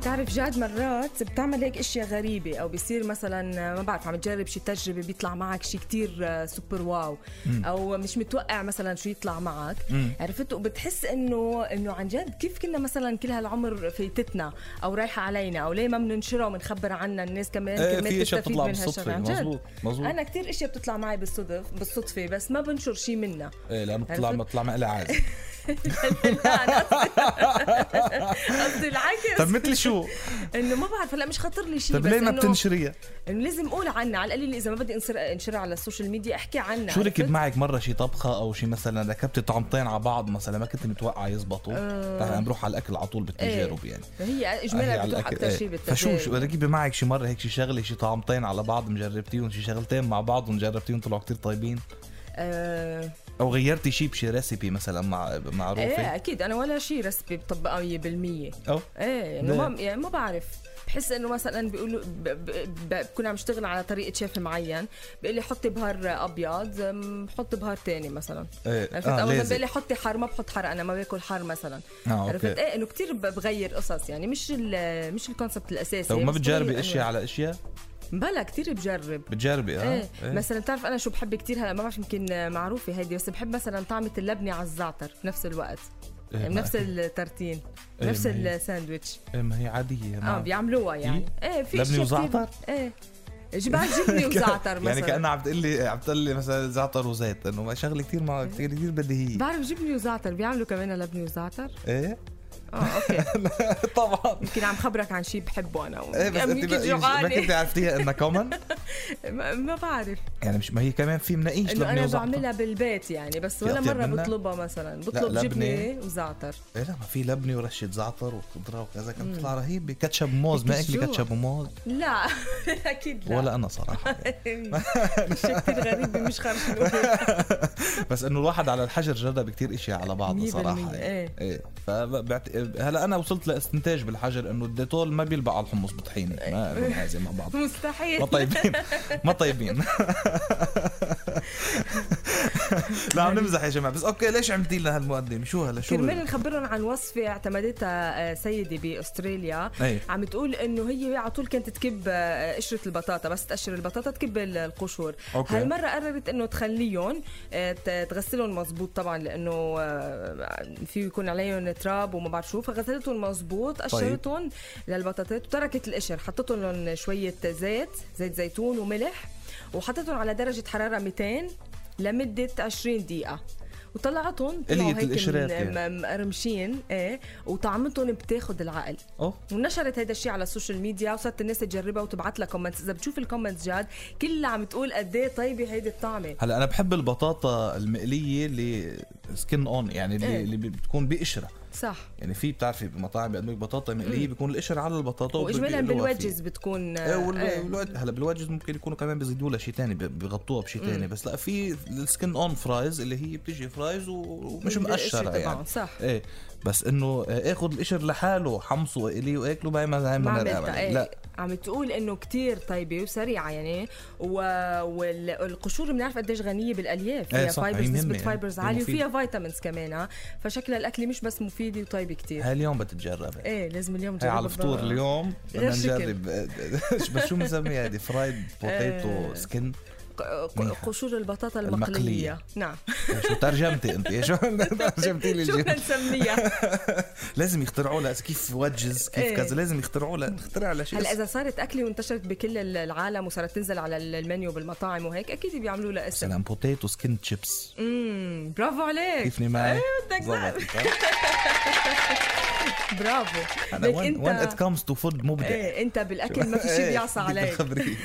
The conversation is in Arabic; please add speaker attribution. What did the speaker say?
Speaker 1: بتعرف جاد مرات بتعمل هيك اشياء غريبه او بصير مثلا ما بعرف عم تجرب شي تجربه بيطلع معك شي كتير آه، سوبر واو او مش متوقع مثلا شو يطلع معك عرفت وبتحس انه انه عن جد كيف كنا مثلا كل هالعمر فايتتنا او رايحه علينا او ليه ما بننشرها وبنخبر عنها الناس كمان
Speaker 2: إيه،
Speaker 1: كرمال
Speaker 2: في اشياء
Speaker 1: تستفيد
Speaker 2: بتطلع
Speaker 1: من هالشغلة.
Speaker 2: بالصدفة.
Speaker 1: عن جد.
Speaker 2: مزبوط، مزبوط.
Speaker 1: انا كتير اشياء بتطلع معي بالصدف بالصدفه بس ما بنشر شي منها
Speaker 2: ايه لا بتطلع
Speaker 1: عرفت؟
Speaker 2: بتطلع مقلع عادي
Speaker 1: لا انا قصدي- قصدي العكس
Speaker 2: طب مثل شو؟
Speaker 1: انه ما بعرف هلا مش خاطر لي شيء
Speaker 2: طب
Speaker 1: بس
Speaker 2: ليه ما
Speaker 1: إنه-
Speaker 2: بتنشريها؟
Speaker 1: انه لازم اقول عنها على القليل اذا ما بدي انشر انشرها على السوشيال ميديا احكي عنها
Speaker 2: شو
Speaker 1: عرفت؟
Speaker 2: ركب معك مرة شي طبخة أو شي مثلا ركبت طعمتين على بعض مثلا ما كنت متوقع يزبطوا أه... بروح على الأكل على طول بالتجارب يعني
Speaker 1: هي
Speaker 2: هي
Speaker 1: اجمالها
Speaker 2: على
Speaker 1: بتروح
Speaker 2: الأكل،
Speaker 1: اكثر
Speaker 2: إيه.
Speaker 1: شيء بالتجارب
Speaker 2: فشو شو ركبي معك شي مرة هيك شي شغلة شي طعمتين على بعض مجربتيهم شي شغلتين مع بعض ومجربتيهم طلعوا كتير طيبين
Speaker 1: آه،
Speaker 2: أو غيرتي شي بشي ريسيبي مثلا مع معروفة
Speaker 1: ايه اكيد انا ولا شيء رسبي بطبقها 100%
Speaker 2: أو إيه.
Speaker 1: ايه
Speaker 2: ليه؟
Speaker 1: انه ما يعني ما بعرف بحس انه مثلا بيقولوا ب- ب- ب- بكون عم اشتغل على طريقه شيف معين بيقول لي حطي بهار ابيض أم، حط بهار تاني مثلا
Speaker 2: إيه.
Speaker 1: عرفت
Speaker 2: آه،
Speaker 1: او مثلا
Speaker 2: لازم.
Speaker 1: بيقول لي حطي حار ما بحط حار انا ما باكل حار مثلا
Speaker 2: آه، أوكي.
Speaker 1: عرفت ايه انه كثير بغير قصص يعني مش ال- مش الكونسبت الاساسي
Speaker 2: طب ما
Speaker 1: بس
Speaker 2: بتجربي
Speaker 1: بغير
Speaker 2: أشياء على أشياء؟
Speaker 1: بلا كتير بجرب
Speaker 2: بتجربي أه؟
Speaker 1: ايه مثلا بتعرف انا شو بحب كتير هلا ما بعرف يمكن معروفه هيدي بس بحب مثلا طعمه اللبنه على الزعتر بنفس الوقت
Speaker 2: إيه،
Speaker 1: يعني
Speaker 2: ما
Speaker 1: بنفس الترتين
Speaker 2: إيه،
Speaker 1: نفس
Speaker 2: ما هي-
Speaker 1: الساندويتش
Speaker 2: إيه، ما هي عادية
Speaker 1: اه
Speaker 2: ما-
Speaker 1: بيعملوها يعني ايه في
Speaker 2: لبنة
Speaker 1: أشياء كتير-
Speaker 2: وزعتر؟
Speaker 1: ايه جبال جبنه وزعتر مثلا
Speaker 2: يعني كانها عم تقول لي عم تقول لي مثلا زعتر وزيت انه ما شغله كثير ما كثير كثير بديهيه
Speaker 1: بعرف جبنه وزعتر بيعملوا كمان لبنه وزعتر
Speaker 2: ايه
Speaker 1: اه اوكي
Speaker 2: طبعا
Speaker 1: يمكن عم خبرك عن شيء بحبه انا
Speaker 2: ايه بس انت
Speaker 1: يمكن
Speaker 2: ما, ما كنت
Speaker 1: جوعانه
Speaker 2: عرفتيها انها كومن
Speaker 1: ما ما بعرف
Speaker 2: يعني مش ما هي كمان في منقيش
Speaker 1: انه
Speaker 2: لبنه
Speaker 1: انا
Speaker 2: وزعتر
Speaker 1: بعملها بالبيت يعني بس
Speaker 2: في
Speaker 1: ولا
Speaker 2: أطيب
Speaker 1: مره
Speaker 2: منها؟
Speaker 1: بطلبها مثلا بطلب
Speaker 2: لبنة.
Speaker 1: جبنه وزعتر
Speaker 2: ايه لا ما في لبنه ورشه زعتر وخضره وكذا كانت تطلع رهيبه كاتشب وموز ما
Speaker 1: بدك
Speaker 2: اكلي
Speaker 1: جوع.
Speaker 2: كاتشب وموز
Speaker 1: لا اكيد لا
Speaker 2: ولا انا صراحه
Speaker 1: شيء كثير غريب مش خارج الأردن.
Speaker 2: بس انه الواحد على الحجر جرب كتير اشياء على بعض
Speaker 1: مية
Speaker 2: صراحه
Speaker 1: بالمية،
Speaker 2: يعني.
Speaker 1: إيه.
Speaker 2: ايه فبعت... هلا انا إيه، وصلت لاستنتاج بالحجر انه الديتول ما بيلبق على الحمص بطحينه ما لهم هذه مع بعض ما
Speaker 1: مستحيل
Speaker 2: طيبين ما طيبين لا عم نمزح يا جماعه بس اوكي ليش عملتي لنا هالمقدمه شو هلا شو
Speaker 1: كرمال نخبرهم عن وصفة اعتمدتها آه، سيدة باستراليا
Speaker 2: أي.
Speaker 1: عم تقول انه هي على طول كانت تكب آه، قشرة البطاطا بس تقشر البطاطا تكب ال- القشور
Speaker 2: أوكي.
Speaker 1: هالمرة قررت انه تخليهم آه، ت- تغسلهم مزبوط طبعا لانه آه، في يكون عليهم تراب وما بعرف شو فغسلتهم مزبوط
Speaker 2: طيب.
Speaker 1: قشرتهم للبطاطات وتركت القشر حطتهم لهم شوية زيت زيت زيتون وملح وحطتهم على درجة حرارة 200 لمدة 20 دقيقة وطلعتهم طلعوا
Speaker 2: قليت
Speaker 1: هيك
Speaker 2: القشرات
Speaker 1: من-
Speaker 2: يعني.
Speaker 1: م- مقرمشين ايه وطعمتهم بتاخد العقل
Speaker 2: اوه
Speaker 1: ونشرت هذا الشيء على السوشيال ميديا وصارت الناس تجربها وتبعت لها كومنتس اذا بتشوف الكومنتس جاد كلها عم تقول قد ايه طيبه هيدي الطعمه
Speaker 2: هلا انا بحب البطاطا المقليه اللي سكن اون يعني اللي,
Speaker 1: إيه.
Speaker 2: اللي بتكون بقشره
Speaker 1: صح
Speaker 2: يعني في بتعرفي بمطاعم بيقدموا لك بطاطا
Speaker 1: إيه.
Speaker 2: مقليه بيكون القشر على البطاطا
Speaker 1: واجمالا
Speaker 2: وبيقلوها
Speaker 1: بالوجز
Speaker 2: فيه.
Speaker 1: بتكون
Speaker 2: ايه وال-
Speaker 1: إيه.
Speaker 2: والوجز- هلا بالوجز ممكن يكونوا كمان بيزيدوا لها شيء ثاني بيغطوها بشيء ثاني بس لا في السكن اون فرايز اللي هي بتجي فرايز و- ومش
Speaker 1: القشر
Speaker 2: مقشره
Speaker 1: تبعهم،
Speaker 2: يعني
Speaker 1: صح.
Speaker 2: ايه بس انه آه، اخذ القشر لحاله حمصه واقليه واكله بعد ما زي
Speaker 1: ما
Speaker 2: ما أنا
Speaker 1: عملتها
Speaker 2: بعمل.
Speaker 1: ايه
Speaker 2: لا
Speaker 1: عم تقول انه كتير طيبه وسريعه يعني و... وال- والقشور بنعرف قديش غنيه بالالياف
Speaker 2: إيه
Speaker 1: فيها
Speaker 2: صح، هي
Speaker 1: فايبرز
Speaker 2: مهمة
Speaker 1: نسبه
Speaker 2: يعني.
Speaker 1: فايبرز
Speaker 2: هي
Speaker 1: عاليه
Speaker 2: مفيدة.
Speaker 1: وفيها فيتامينز كمان ها فشكلها الاكله مش بس مفيده وطيبه كتير
Speaker 2: هاليوم بتتجرب هي
Speaker 1: ايه لازم اليوم
Speaker 2: هي على
Speaker 1: نجربها
Speaker 2: الفطور
Speaker 1: بقى.
Speaker 2: اليوم
Speaker 1: غير
Speaker 2: بدنا نجرب بس شو بنسميها هذه فرايد بوتيتو
Speaker 1: آه.
Speaker 2: سكن
Speaker 1: ق- ق-
Speaker 2: منيحة.
Speaker 1: قشور البطاطا
Speaker 2: المقلية. إيه
Speaker 1: المقلية نعم
Speaker 2: شو ترجمتي انت شو ترجمتي لي
Speaker 1: شو بدنا
Speaker 2: الجيم
Speaker 1: نسميها
Speaker 2: لازم يخترعوا لها كيف وجز
Speaker 1: إيه.
Speaker 2: كيف كذا لازم يخترعوا لها نخترع لها شيء
Speaker 1: هلا اذا صارت اكله وانتشرت بكل ال- العالم وصارت تنزل على ال- المنيو بالمطاعم وهيك اكيد بيعملوا لها اسم
Speaker 2: سلام بوتيتو سكن تشيبس
Speaker 1: امم برافو عليك
Speaker 2: كيفني معي
Speaker 1: أيوة، بدك
Speaker 2: ظبطت.
Speaker 1: برافو
Speaker 2: انا
Speaker 1: لك إيه.
Speaker 2: وين وين ات
Speaker 1: انت
Speaker 2: كمز تو فود مبدع إيه،
Speaker 1: ايه انت بالاكل ما في شيء بيعصى
Speaker 2: بدك
Speaker 1: عليك
Speaker 2: تخبريني.